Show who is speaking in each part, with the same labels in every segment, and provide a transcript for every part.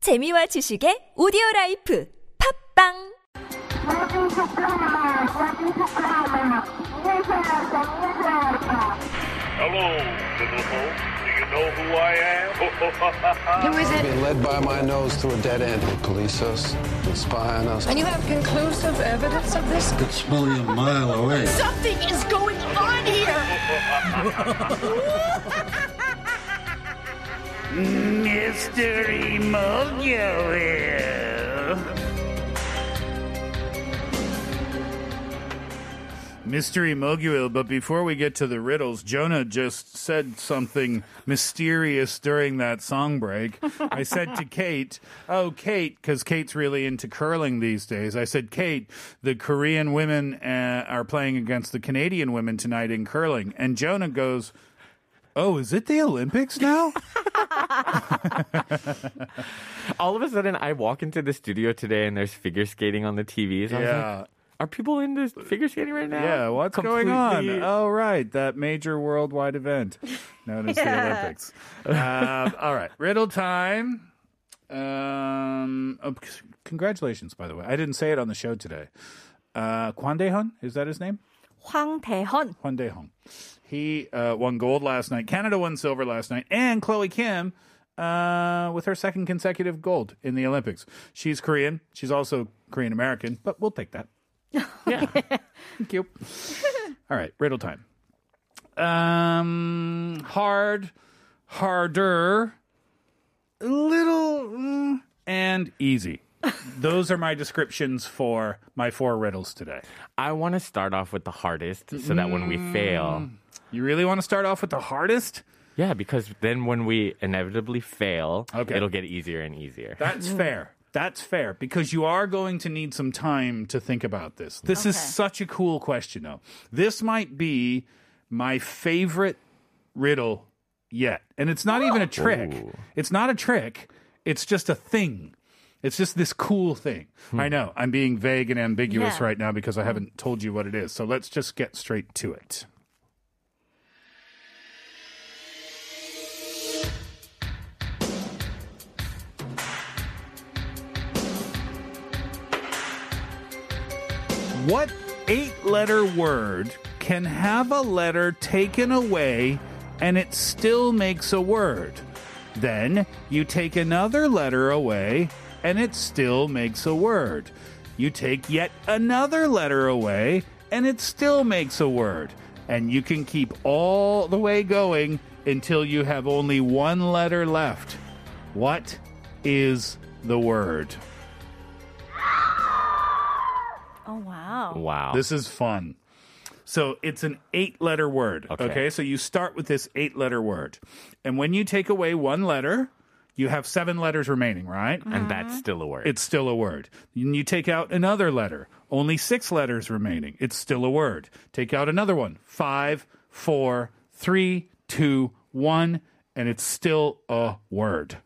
Speaker 1: 재미와 지식의 오디오 라이프 팝빵
Speaker 2: Hello, little folks. Do you know who I am?
Speaker 3: Who is it?
Speaker 4: Being led by my nose to a dead end. They police us, inspire us.
Speaker 3: And you have conclusive evidence of this?
Speaker 5: could smell you a mile away.
Speaker 3: Something is going on here!
Speaker 6: Mr. Emotional. Mystery Moguil, but before we get to the riddles, Jonah just said something mysterious during that song break. I said to Kate, Oh, Kate, because Kate's really into curling these days. I said, Kate, the Korean women uh, are playing against the Canadian women tonight in curling. And Jonah goes, Oh, is it the Olympics now?
Speaker 7: all of a sudden I walk into the studio today and there's figure skating on the TVs. I was like,
Speaker 6: yeah.
Speaker 7: are people into figure skating right now?
Speaker 6: Yeah, what's going on?
Speaker 7: Completely-
Speaker 6: Oh, right, that major worldwide event known as the Olympics. Uh, all right, riddle time. Um, oh, c- congratulations, by the way. I didn't say it on the show today. Uh, Kwan Dae-hun, is that his name?
Speaker 8: 황대헌.
Speaker 6: Kwan Dae-hun. He uh, won gold last night. Canada won silver last night. And Chloe Kim uh, with her second consecutive gold in the Olympics. She's Korean. She's also Korean-American, but we'll take that. Thank you. All right, riddle time. Um, hard, harder, little, mm, and easy. Those are my descriptions for my four riddles today.
Speaker 7: I want to start off with the hardest so that when we
Speaker 6: Mm.
Speaker 7: fail,
Speaker 6: You really want to start off with the hardest?
Speaker 7: yeah, because then when we inevitably fail,
Speaker 6: Okay.
Speaker 7: it'll get easier and easier.
Speaker 6: That's fair. That's fair because you are going to need some time to think about this. This is such a cool question, though. This might be my favorite riddle yet. And it's not even a trick. It's not a trick. It's just a thing. It's just this cool thing. I know I'm being vague and ambiguous
Speaker 8: Yeah.
Speaker 6: right now because I haven't told you what it is. So let's just get straight to it. What eight letter word can have a letter taken away and it still makes a word? Then you take another letter away and it still makes a word. You take yet another letter away and it still makes a word. And you can keep all the way going until you have only one letter left. What is the word?
Speaker 8: Oh wow.
Speaker 7: Wow.
Speaker 6: This is fun. So it's an eight letter word. Okay.
Speaker 7: Okay.
Speaker 6: So you start with this eight letter word. And when you take away one letter, you have seven letters remaining, right?
Speaker 7: and that's still a word.
Speaker 6: It's still a word. And you take out another letter, only six letters remaining. It's still a word. Take out another one, five, four, three, two, one, and it's still a word.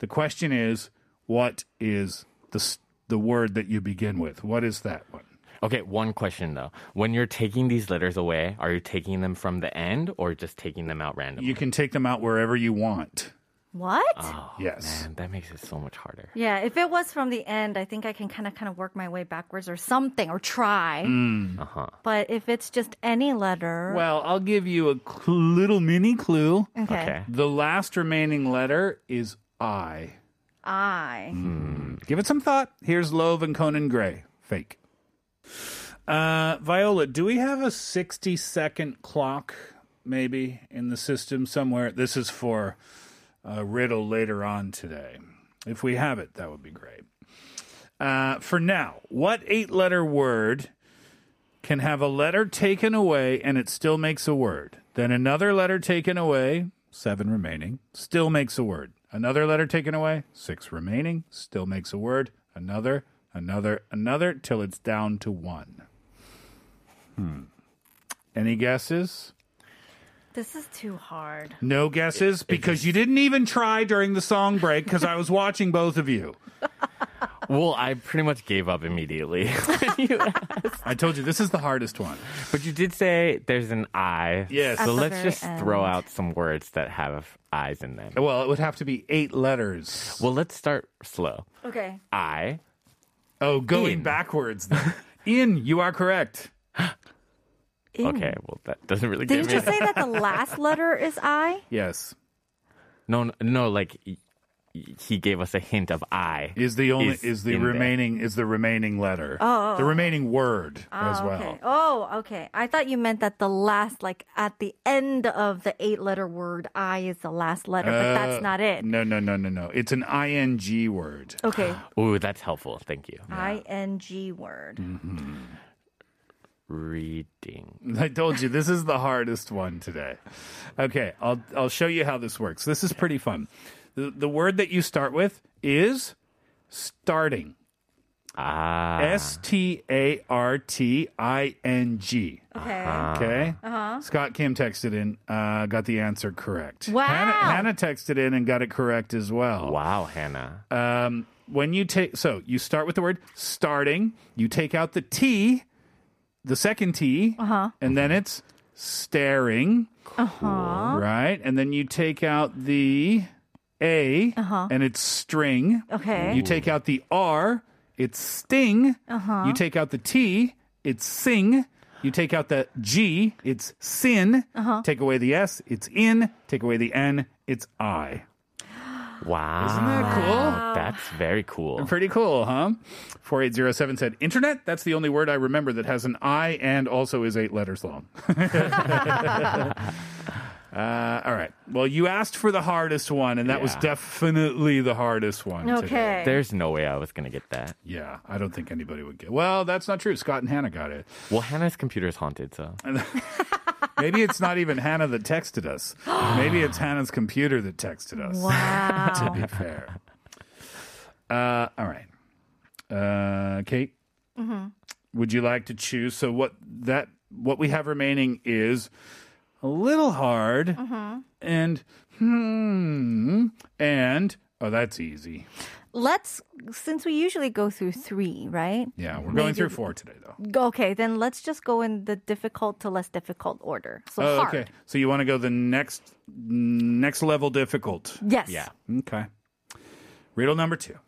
Speaker 6: The question is, what is the, s- the word that you begin with? What is that one?
Speaker 7: okay, one question though. When you're taking these letters away, are you taking them from the end or just taking them out randomly?
Speaker 6: You can take them out wherever you want.
Speaker 8: What?
Speaker 6: Yes.
Speaker 7: Oh, Man, that makes it so much harder.
Speaker 8: yeah, if it was from the end, I think I can kind of kind of work my way backwards or something or try. But if it's just any letter,
Speaker 6: Well, I'll give you a cl- little mini clue.
Speaker 8: okay.
Speaker 7: Okay.
Speaker 6: The last remaining letter is I.
Speaker 8: I.
Speaker 6: Give it some thought. Here's Love and Conan Gray. Fake. Uh, Viola, do we have a 60 second clock maybe in the system somewhere? This is for a riddle later on today. If we have it, that would be great. Uh, for now, what eight letter word can have a letter taken away and it still makes a word? Then another letter taken away, seven remaining, still makes a word. Another letter taken away, six remaining, still makes a word. Another, another, another, till it's down to one. Hmm. Any guesses?
Speaker 8: This is too hard.
Speaker 6: No guesses because you didn't even try during the song break because I was watching both of you.
Speaker 7: Well, I pretty much gave up immediately.
Speaker 6: I told you this is the hardest one.
Speaker 7: but you did say there's an I.
Speaker 6: Yes.
Speaker 7: So
Speaker 8: At the
Speaker 7: let's
Speaker 8: very
Speaker 7: just throw
Speaker 8: end.
Speaker 7: out some words that have eyes in them.
Speaker 6: Well, it would have to be eight letters.
Speaker 7: Well, let's start slow.
Speaker 8: Okay.
Speaker 7: I.
Speaker 6: Oh, going
Speaker 7: In.
Speaker 6: backwards. Then. In, you are correct.
Speaker 7: Okay, well, that doesn't really
Speaker 8: Did you
Speaker 7: give me.
Speaker 8: just say that the last letter is I?
Speaker 6: Yes.
Speaker 7: no, no, no, like y- y- he gave us a hint of I.
Speaker 6: Is the only is,
Speaker 7: Is
Speaker 6: the
Speaker 7: in there.
Speaker 6: remaining is the remaining letter. Oh. The remaining word as well.
Speaker 8: Okay. Oh, okay. I thought you meant that the last, like at the end of the eight letter word, I is the last letter, but
Speaker 6: uh,
Speaker 8: that's not it.
Speaker 6: No, no, no, no, no. It's an ing word.
Speaker 8: Okay.
Speaker 7: Ooh, that's helpful. Thank you. Mm-hmm.
Speaker 8: I N G word.
Speaker 7: Reading.
Speaker 6: I told you this is the hardest one today. Okay, I'll I'll show you how this works. This is pretty fun. The, the word that you start with is starting.
Speaker 7: Ah.
Speaker 6: S T A R T I N G.
Speaker 8: Okay.
Speaker 7: Ah.
Speaker 6: Okay. Scott Kim texted in, uh, got the answer correct.
Speaker 8: Wow.
Speaker 6: Hannah, Hannah texted in and got it correct as well.
Speaker 7: Wow, Hannah.
Speaker 6: Um, when you take, so you start with the word starting, you take out the T, the second T, uh-huh. and then it's staring. Uh-huh. Right? And then you take out the A, uh-huh. and it's string.
Speaker 8: Okay.
Speaker 6: You take out the R, it's sting. Uh-huh. You take out the T, it's sing. You take out the G, it's sin. Uh-huh. Take away the S, it's in. Take away the N, it's I.
Speaker 7: Wow.
Speaker 6: Isn't that cool?
Speaker 7: That's very cool.
Speaker 6: Pretty cool, huh? 4807 said, Internet? That's the only word I remember that has an I and also is eight letters long. uh, all right. Well, you asked for the hardest one, and that was
Speaker 7: Yeah.
Speaker 6: definitely the hardest one. today.
Speaker 8: Okay.
Speaker 7: There's no way I was going to get that.
Speaker 6: Yeah, I don't think anybody would get Well, that's not true. Scott and Hannah got it.
Speaker 7: Well, Hannah's computer is haunted, so.
Speaker 6: Maybe it's not even Hannah that texted us. Maybe it's Hannah's computer that texted us.
Speaker 8: Wow.
Speaker 6: be fair. Uh, all right. Uh, Kate, would you like to choose? So what that what we have remaining is a little hard and hmm and oh that's easy.
Speaker 8: let's, since we usually go through three, right?
Speaker 6: Yeah, we're going through four today though.
Speaker 8: Go- Okay, then let's just go in the difficult to less difficult order. So
Speaker 6: Oh,
Speaker 8: hard.
Speaker 6: okay. So you want to go the next next level difficult.
Speaker 8: Yes.
Speaker 7: Yeah.
Speaker 6: Okay. Riddle number two.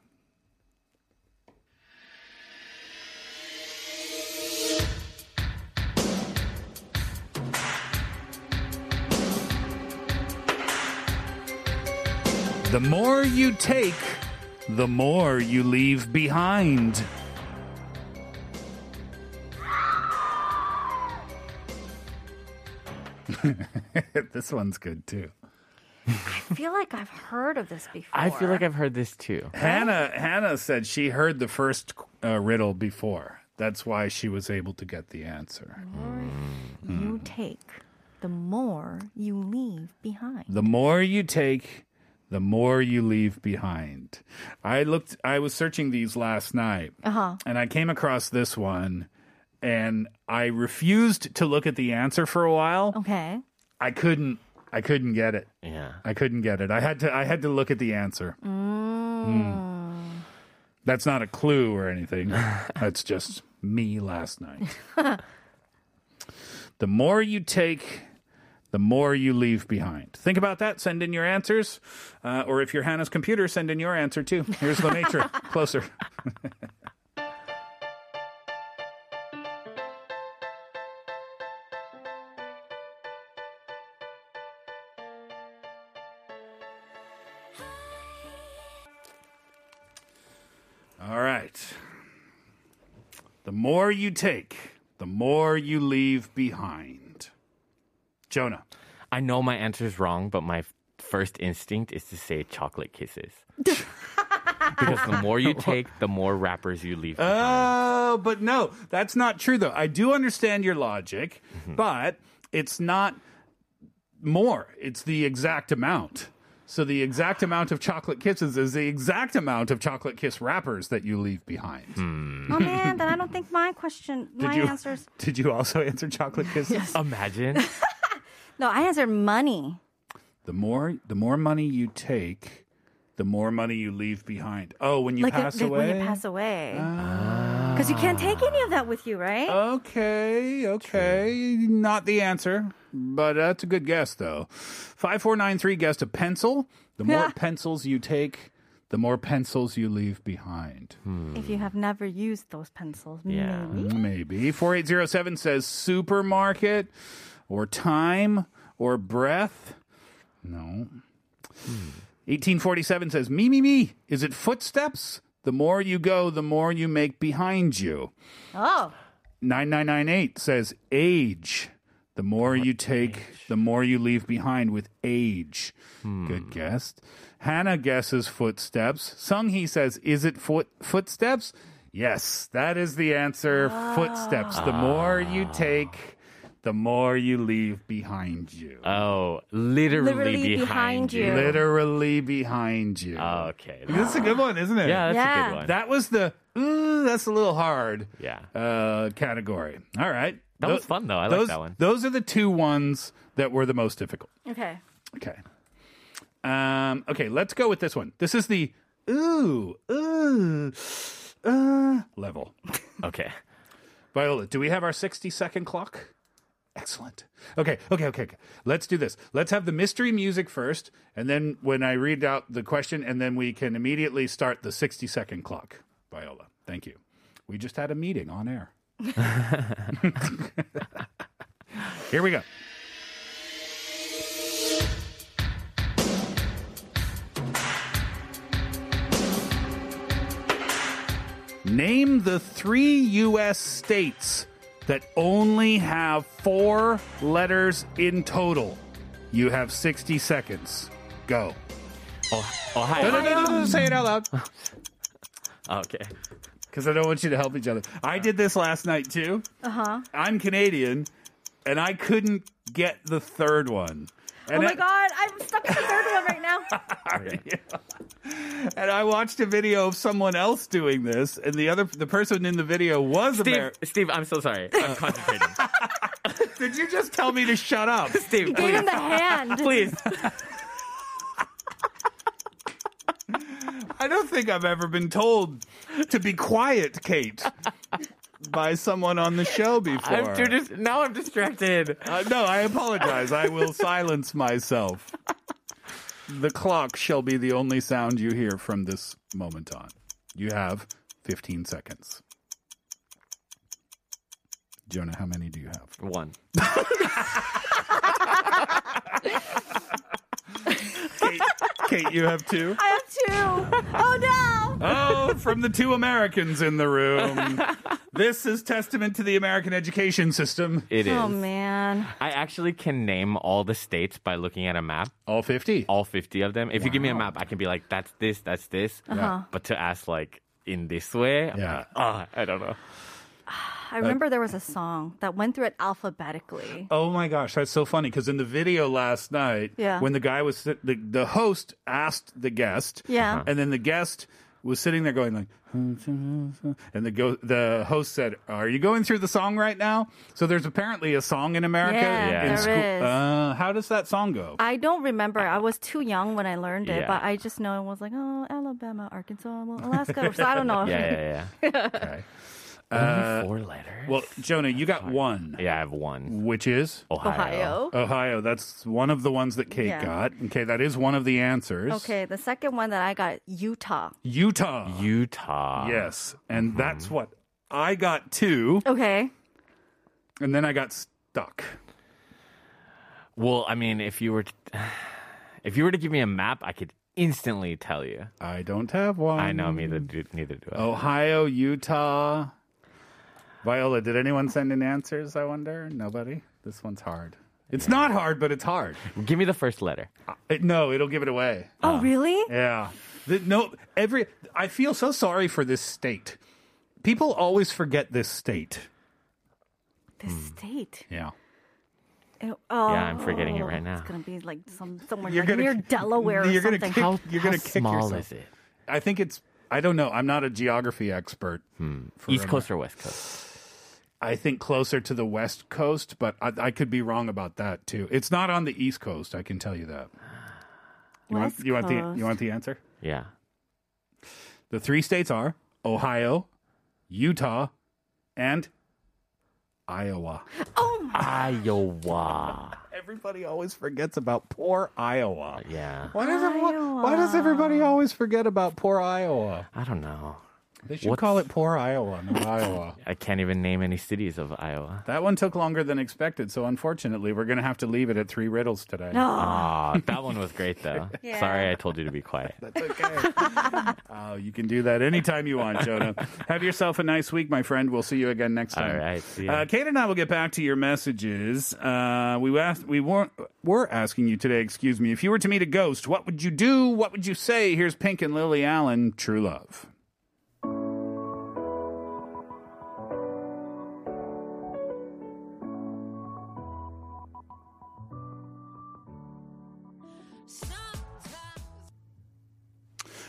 Speaker 6: The more you take, the more you leave behind. this one's good too.
Speaker 8: I feel like I've heard of this before.
Speaker 7: I feel like I've heard this too.
Speaker 6: Hannah Hannah said she heard the first uh, riddle before. That's why she was able to get the answer.
Speaker 8: You take, the more you leave behind.
Speaker 6: The more you take, the more you leave behind. I looked I was searching these last night. And I came across this one and I refused to look at the answer for a while.
Speaker 8: Okay.
Speaker 6: I couldn't I couldn't get it.
Speaker 7: Yeah.
Speaker 6: I couldn't get it. I had to I had to look at the answer. Hmm. That's not a clue or anything. That's just me last night. the more you take, the more you leave behind. Think about that. Send in your answers. Uh, or if you're Hannah's computer, send in your answer too. Here's the matrix. Closer. All right. The more you take, the more you leave behind. Jonah.
Speaker 7: I know my answer is wrong, but my f- first instinct is to say chocolate kisses. because the more you take, the more wrappers you leave behind.
Speaker 6: Oh, but no, that's not true though. I do understand your logic, but it's not more. It's the exact amount. So the exact amount of chocolate kisses is the exact amount of chocolate kiss wrappers that you leave behind.
Speaker 8: Oh man, then I don't think my question, my
Speaker 6: you
Speaker 8: answers.
Speaker 6: Did you also answer chocolate kisses?
Speaker 7: Imagine.
Speaker 8: No, I answered money.
Speaker 6: The more the more money you take, the more money you leave behind. Oh, when you
Speaker 8: like, a-
Speaker 6: pass
Speaker 8: like
Speaker 6: away.
Speaker 8: when you pass away. Because you can't take any of that with you, right?
Speaker 6: Okay, okay. Not the answer, but that's a good guess, though. 5493 guessed a pencil. The more pencils you take, the more pencils you leave behind.
Speaker 8: if you have never used those pencils,
Speaker 7: Yeah.
Speaker 8: maybe.
Speaker 6: Maybe. 4807 says supermarket or time or breath. No. 1847 says, Me, me, me. Is it footsteps? The more you go, the more you make behind you.
Speaker 8: Oh,
Speaker 6: 9998 says age. The more you take, the more you leave behind with age. Good guess. Hannah guesses footsteps. Sung Hee says, Is it foot footsteps? Yes, that is the answer. Footsteps. The more you take, the more you leave behind you.
Speaker 7: Oh, literally,
Speaker 8: Literally behind
Speaker 7: behind,
Speaker 8: you.
Speaker 7: you.
Speaker 6: Literally behind you.
Speaker 7: Okay.
Speaker 6: That's a good one, isn't it?
Speaker 7: Ah. Yeah, that's a
Speaker 8: Yeah.
Speaker 7: good one.
Speaker 6: That was the, "Ooh, that's a little hard
Speaker 7: yeah.
Speaker 6: uh, category. All right.
Speaker 7: That
Speaker 6: Tho-
Speaker 7: was fun, though. I like
Speaker 6: those,
Speaker 7: that one.
Speaker 6: Those are the two ones that were the most difficult.
Speaker 8: okay.
Speaker 6: Okay. Um, okay, let's go with this one. This is the ooh, ooh, uh, level.
Speaker 7: Okay.
Speaker 6: Viola, do we have our 60 second clock? Excellent. Okay, okay, okay, okay. Let's do this. Let's have the mystery music first, and then when I read out the question, and then we can immediately start the 60 second clock. Viola, thank you. We just had a meeting on air. Here we go. Name the three U.S. states that only have four letters in total. You have 60 seconds. Go.
Speaker 7: Oh,
Speaker 6: No,
Speaker 7: Ohio.
Speaker 6: no, no, no, no, say it out loud.
Speaker 7: Okay.
Speaker 6: Because I don't want you to help each other. I did this last night too. Uh
Speaker 8: Uh-huh.
Speaker 6: huh. I'm Canadian, and I couldn't get the third one. And
Speaker 8: oh my
Speaker 6: it-
Speaker 8: God, I'm stuck in the third one right now.
Speaker 6: And I watched a video of someone else doing this, and the other the person in the video was
Speaker 7: Steve,
Speaker 6: American.
Speaker 7: Steve, I'm so sorry. I'm concentrating.
Speaker 6: Did you just tell me to shut up?
Speaker 7: Steve,
Speaker 8: Gave
Speaker 7: please.
Speaker 8: him the hand.
Speaker 7: Please.
Speaker 6: I don't think I've ever been told to be quiet, Kate, by someone on the show before.
Speaker 7: I'm too dis- now I'm distracted.
Speaker 6: Uh, no, I apologize. I will silence myself. The clock shall be the only sound you hear from this moment on. You have 15 seconds. Jonah, how many do you have?
Speaker 7: One.
Speaker 6: Kate, Kate you have two?
Speaker 8: I have two. Oh no.
Speaker 6: Oh, from the two Americans in the room. This is testament to the American education system.
Speaker 7: It is.
Speaker 8: Oh man.
Speaker 7: I actually can name all the states by looking at a map,
Speaker 6: All 50.
Speaker 7: all 50 of them. If you give me a map, I can be like, that's this, that's this.
Speaker 6: Uh-huh.
Speaker 7: But to ask, like, in this way, I'm
Speaker 6: Yeah.
Speaker 7: like, ah, I don't know.
Speaker 8: I remember there was a song that went through it alphabetically.
Speaker 6: Oh my gosh, that's so funny because in the video last night,
Speaker 8: Yeah.
Speaker 6: when the guy was sit- the the host asked the guest,
Speaker 8: Yeah. Uh-huh.
Speaker 6: and then the guest was sitting there going like, and the go- the host said, "Are you going through the song right now?" So there's apparently a song in America
Speaker 8: Yeah,
Speaker 6: in
Speaker 7: there
Speaker 6: school.
Speaker 8: is.
Speaker 6: Uh, how does that song go?
Speaker 8: I don't remember. I was too young when I learned it,
Speaker 7: Yeah.
Speaker 8: but I just know it was like, oh, Alabama, Arkansas, well, Alaska. so I don't know.
Speaker 7: Yeah, yeah, yeah. Only four
Speaker 6: Uh,
Speaker 7: letters?
Speaker 6: well, Jonah, you got one,
Speaker 7: yeah, I have one.
Speaker 6: which is
Speaker 8: Ohio.
Speaker 7: Ohio.
Speaker 6: Ohio. That's one of the ones that Kate
Speaker 8: Yeah.
Speaker 6: got. Okay, that is one of the answers.
Speaker 8: Okay, the second one that I got, Utah.
Speaker 6: Utah.
Speaker 7: Utah.
Speaker 6: Yes, and that's what
Speaker 7: Mm-hmm.
Speaker 6: I got too,
Speaker 8: Okay.
Speaker 6: and then I got stuck.
Speaker 7: Well, I mean, if you were, to, if you were to give me a map, I could instantly tell you.
Speaker 6: I don't have one.
Speaker 7: I
Speaker 8: Um,
Speaker 7: know, neither do, neither do
Speaker 6: oh.
Speaker 7: I.
Speaker 6: Ohio, Utah. Viola, did anyone send in answers? I wonder. Nobody. This one's hard. It's not hard, but it's hard.
Speaker 7: Give me the first letter.
Speaker 6: It- no, it'll give it away.
Speaker 7: Ah.
Speaker 8: Oh, really?
Speaker 6: Yeah. The- no, every. I feel so sorry for this state. People always forget this state.
Speaker 8: The
Speaker 7: Hmm.
Speaker 8: state.
Speaker 6: Yeah.
Speaker 8: Ew, Oh,
Speaker 7: Yeah, I'm forgetting it right now.
Speaker 8: It's gonna be like some somewhere
Speaker 6: You're
Speaker 8: like
Speaker 6: gonna-
Speaker 8: near Delaware or
Speaker 6: you're gonna
Speaker 8: something.
Speaker 6: kick-
Speaker 7: How,
Speaker 6: You're
Speaker 7: how
Speaker 6: gonna kick
Speaker 7: small
Speaker 6: yourself.
Speaker 7: is it?
Speaker 6: I think it's. I don't know. I'm not a geography expert. for America.
Speaker 7: East Coast or West Coast?
Speaker 6: I think closer to the West Coast, but I, I could be wrong about that too. It's not on the East Coast, I can tell you that. You want,
Speaker 8: West
Speaker 6: you want the
Speaker 8: Coast.
Speaker 6: you want the answer?
Speaker 7: Yeah.
Speaker 6: The three states are Ohio, Utah, and Iowa.
Speaker 7: Iowa.
Speaker 6: Everybody always forgets about poor Iowa.
Speaker 7: Yeah.
Speaker 6: Why does everyone, why does everybody always forget about poor Iowa?
Speaker 7: I don't know.
Speaker 6: They should
Speaker 7: What's-
Speaker 6: call it poor Iowa, not Iowa.
Speaker 7: I can't even name any cities of Iowa.
Speaker 6: That one took longer than expected, so unfortunately, we're going to have to leave it at three riddles today.
Speaker 7: Ah, that one was great though.
Speaker 8: Yeah.
Speaker 7: Sorry, I told you to be quiet.
Speaker 6: That's okay. oh, you can do that anytime you want, Jonah. Have yourself a nice week, my friend. We'll see you again next time.
Speaker 7: All right, see
Speaker 6: Uh,
Speaker 7: ya.
Speaker 6: Kate and I will get back to your messages. Uh, we asked, we were, were asking you today, excuse me, if you were to meet a ghost, what would you do? What would you say? Here's Pink and Lily Allen, True Love.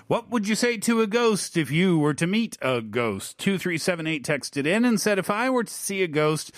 Speaker 6: What would you say to a ghost if you were to meet a ghost? 2378 texted in and said, If I were to see a ghost,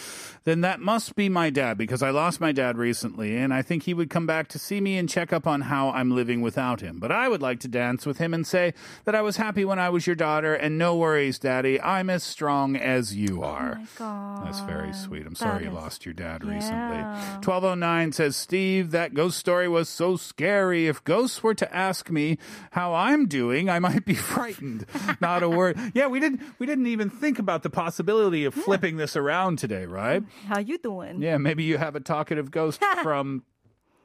Speaker 6: then that must be my dad because I lost my dad recently and I think he would come back to see me and check up on how I'm living without him. But I would like to dance with him and say that I was happy when I was your daughter and no worries, daddy. I'm as strong as you are. That's very sweet. I'm sorry
Speaker 8: is-
Speaker 6: you lost your dad
Speaker 8: Yeah.
Speaker 6: recently. 1209 says, Steve, that ghost story was so scary. If ghosts were to ask me how I'm doing, I might be frightened. Not a word. Yeah, we didn't we didn't even think about the possibility of flipping this around today, right?
Speaker 8: How you doing?
Speaker 6: Yeah, maybe you have a talkative ghost from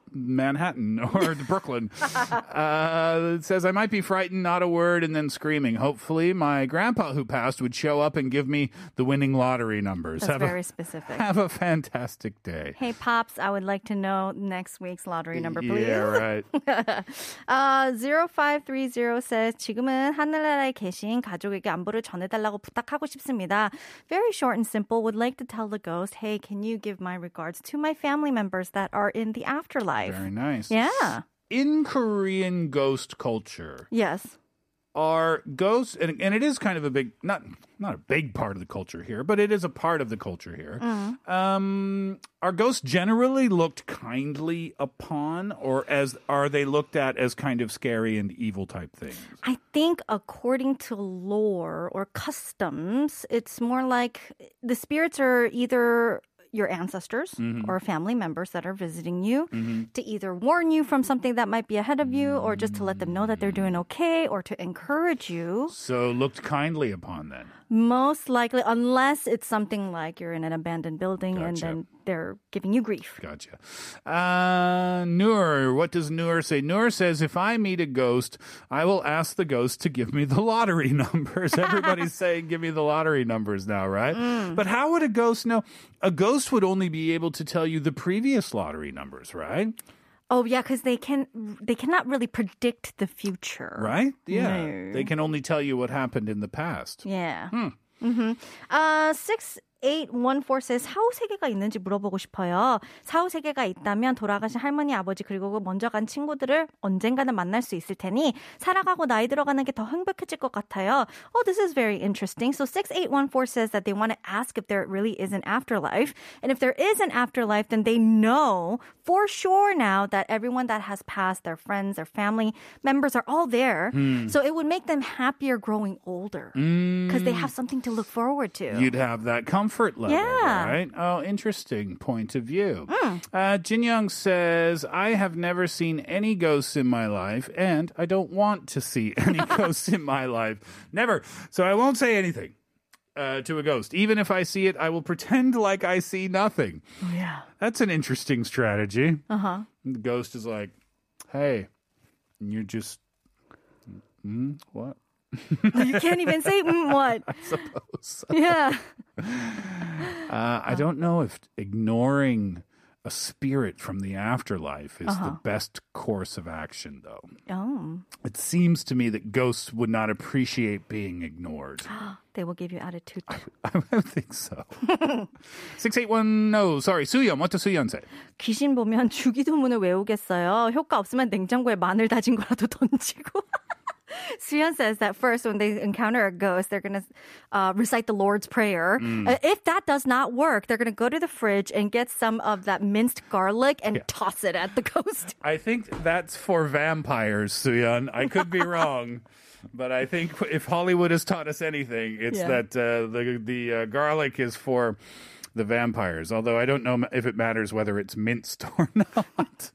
Speaker 6: Manhattan or Brooklyn. Uh, it says, I might be frightened, not a word, and then screaming. Hopefully, my grandpa who passed would show up and give me the winning lottery numbers.
Speaker 8: That's
Speaker 6: Have a-
Speaker 8: very specific.
Speaker 6: have a fantastic day.
Speaker 8: Hey, Pops, I would like to know next week's lottery number, please. Uh,
Speaker 6: Yeah, right.
Speaker 8: 아, 0530 says 지금은 하늘나라에 계신 가족에게 안부를 전해달라고 부탁하고 싶습니다. Very short and simple. Would like to tell the ghost, hey, can you give my regards to my family members that are in the afterlife?
Speaker 6: Very nice.
Speaker 8: Yeah.
Speaker 6: In Korean ghost culture,
Speaker 8: Yes.
Speaker 6: are ghosts, and, and it is kind of a big, not not a big part of the culture here, but it is a part of the culture here.
Speaker 8: Mm-hmm.
Speaker 6: Um, are ghosts generally looked kindly upon, or as are they looked at as kind of scary and evil type things?
Speaker 8: I think according to lore or customs, it's more like the spirits are either your ancestors or family members that are visiting you to either warn you from something that might be ahead of you or just to let them know that they're doing okay or to encourage you.
Speaker 6: So looked kindly upon then.
Speaker 8: Most likely, unless it's something like you're in an abandoned building and
Speaker 6: Gotcha.
Speaker 8: then they're giving you grief.
Speaker 6: Gotcha. Uh, Noor, what does Noor say? Noor says, if I meet a ghost, I will ask the ghost to give me the lottery numbers. Everybody's saying, give me the lottery numbers now, right?
Speaker 8: Mm.
Speaker 6: But how would a ghost know? A ghost would only be able to tell you the previous lottery numbers, right?
Speaker 8: Oh yeah, because they can they cannot really predict the future.
Speaker 6: Right? Yeah.
Speaker 8: No.
Speaker 6: They can only tell you what happened in the past.
Speaker 8: Yeah. Mm-hmm. Uh, 6814 says 사후 세계가 있는지 물어보고 싶어요. 사후 세계가 있다면 돌아가신 할머니, 아버지 그리고 그 먼저 간 친구들을 언젠가는 만날 수 있을 테니 살아가고 나이 들어가는 게 더 행복해질 것 같아요. Oh, this is very interesting. So 6814 says that they want to ask if there really is an afterlife. And if there is an afterlife, then they know for sure now that everyone that has passed, their friends, their family members are all there.
Speaker 6: Hmm.
Speaker 8: So it would make them happier growing older because they
Speaker 6: Hmm.
Speaker 8: have something to look forward to.
Speaker 6: You'd have that comfort level,
Speaker 8: Yeah. Hmm.
Speaker 6: right? Oh, interesting point of view. Uh, Jin Young says, I have never seen any ghosts in my life, and I don't want to see any ghosts in my life. Never. So I won't say anything. Uh, to a ghost. Even if I see it, I will pretend like I see nothing.
Speaker 8: Oh, yeah. Uh-huh.
Speaker 6: That's an interesting strategy. Uh huh. The ghost is like, hey, and you're just, mm, what?
Speaker 8: you can't even say mm, what. I suppose. Yeah.
Speaker 6: Uh, I don't know if ignoring a spirit from the afterlife is the best course of action, though.
Speaker 8: Oh,
Speaker 6: It seems to me that ghosts would not appreciate being ignored.
Speaker 8: they will give you attitude.
Speaker 6: I don't think so. 6810, no, oh, sorry, Suyeon, what does Suyeon say?
Speaker 8: 귀신 보면 주기도문을 외우겠어요. 효과 없으면 냉장고에 마늘 다진 거라도 던지고. Suyeon says that first, when they encounter a ghost, they're going to uh, recite the Lord's Prayer. Uh, if that does not work, they're going to go to the fridge and get some of that minced garlic and toss it at the ghost.
Speaker 6: I think that's for vampires, Suyeon. I could be wrong, but I think if Hollywood has taught us anything, it's
Speaker 8: Yeah.
Speaker 6: that uh, the the uh, garlic is for the vampires. Although I don't know if it matters whether it's minced or not.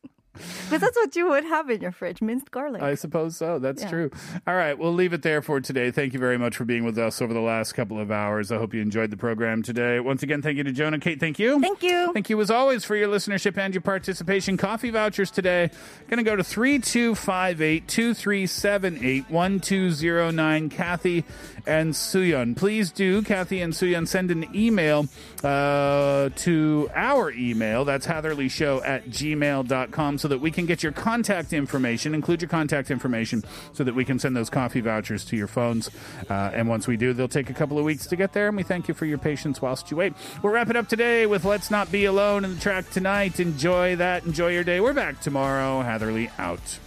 Speaker 8: Because that's what you would have in your fridge minced garlic.
Speaker 6: I suppose so. That's
Speaker 8: Yeah.
Speaker 6: true. All right, we'll leave it there for today. Thank you very much for being with us over the last couple of hours. I hope you enjoyed the program today. Once again, thank you to Jonah. Kate, thank you.
Speaker 8: Thank you.
Speaker 6: Thank you as always for your listenership and your participation. Coffee vouchers today. Going to go to 3258-237-81209. Kathy and Suyun. Please do, Kathy and Suyun, send an email uh, to our email. That's hatherleyshow at gmail.com so that we can get your contact information, include your contact information so that we can send those coffee vouchers to your phones. Uh, and once we do, they'll take a couple of weeks to get there. And we thank you for your patience whilst you wait. We'll wrap it up today with Let's Not Be Alone and the track tonight. Enjoy that. Enjoy your day. We're back tomorrow. Hatherly out.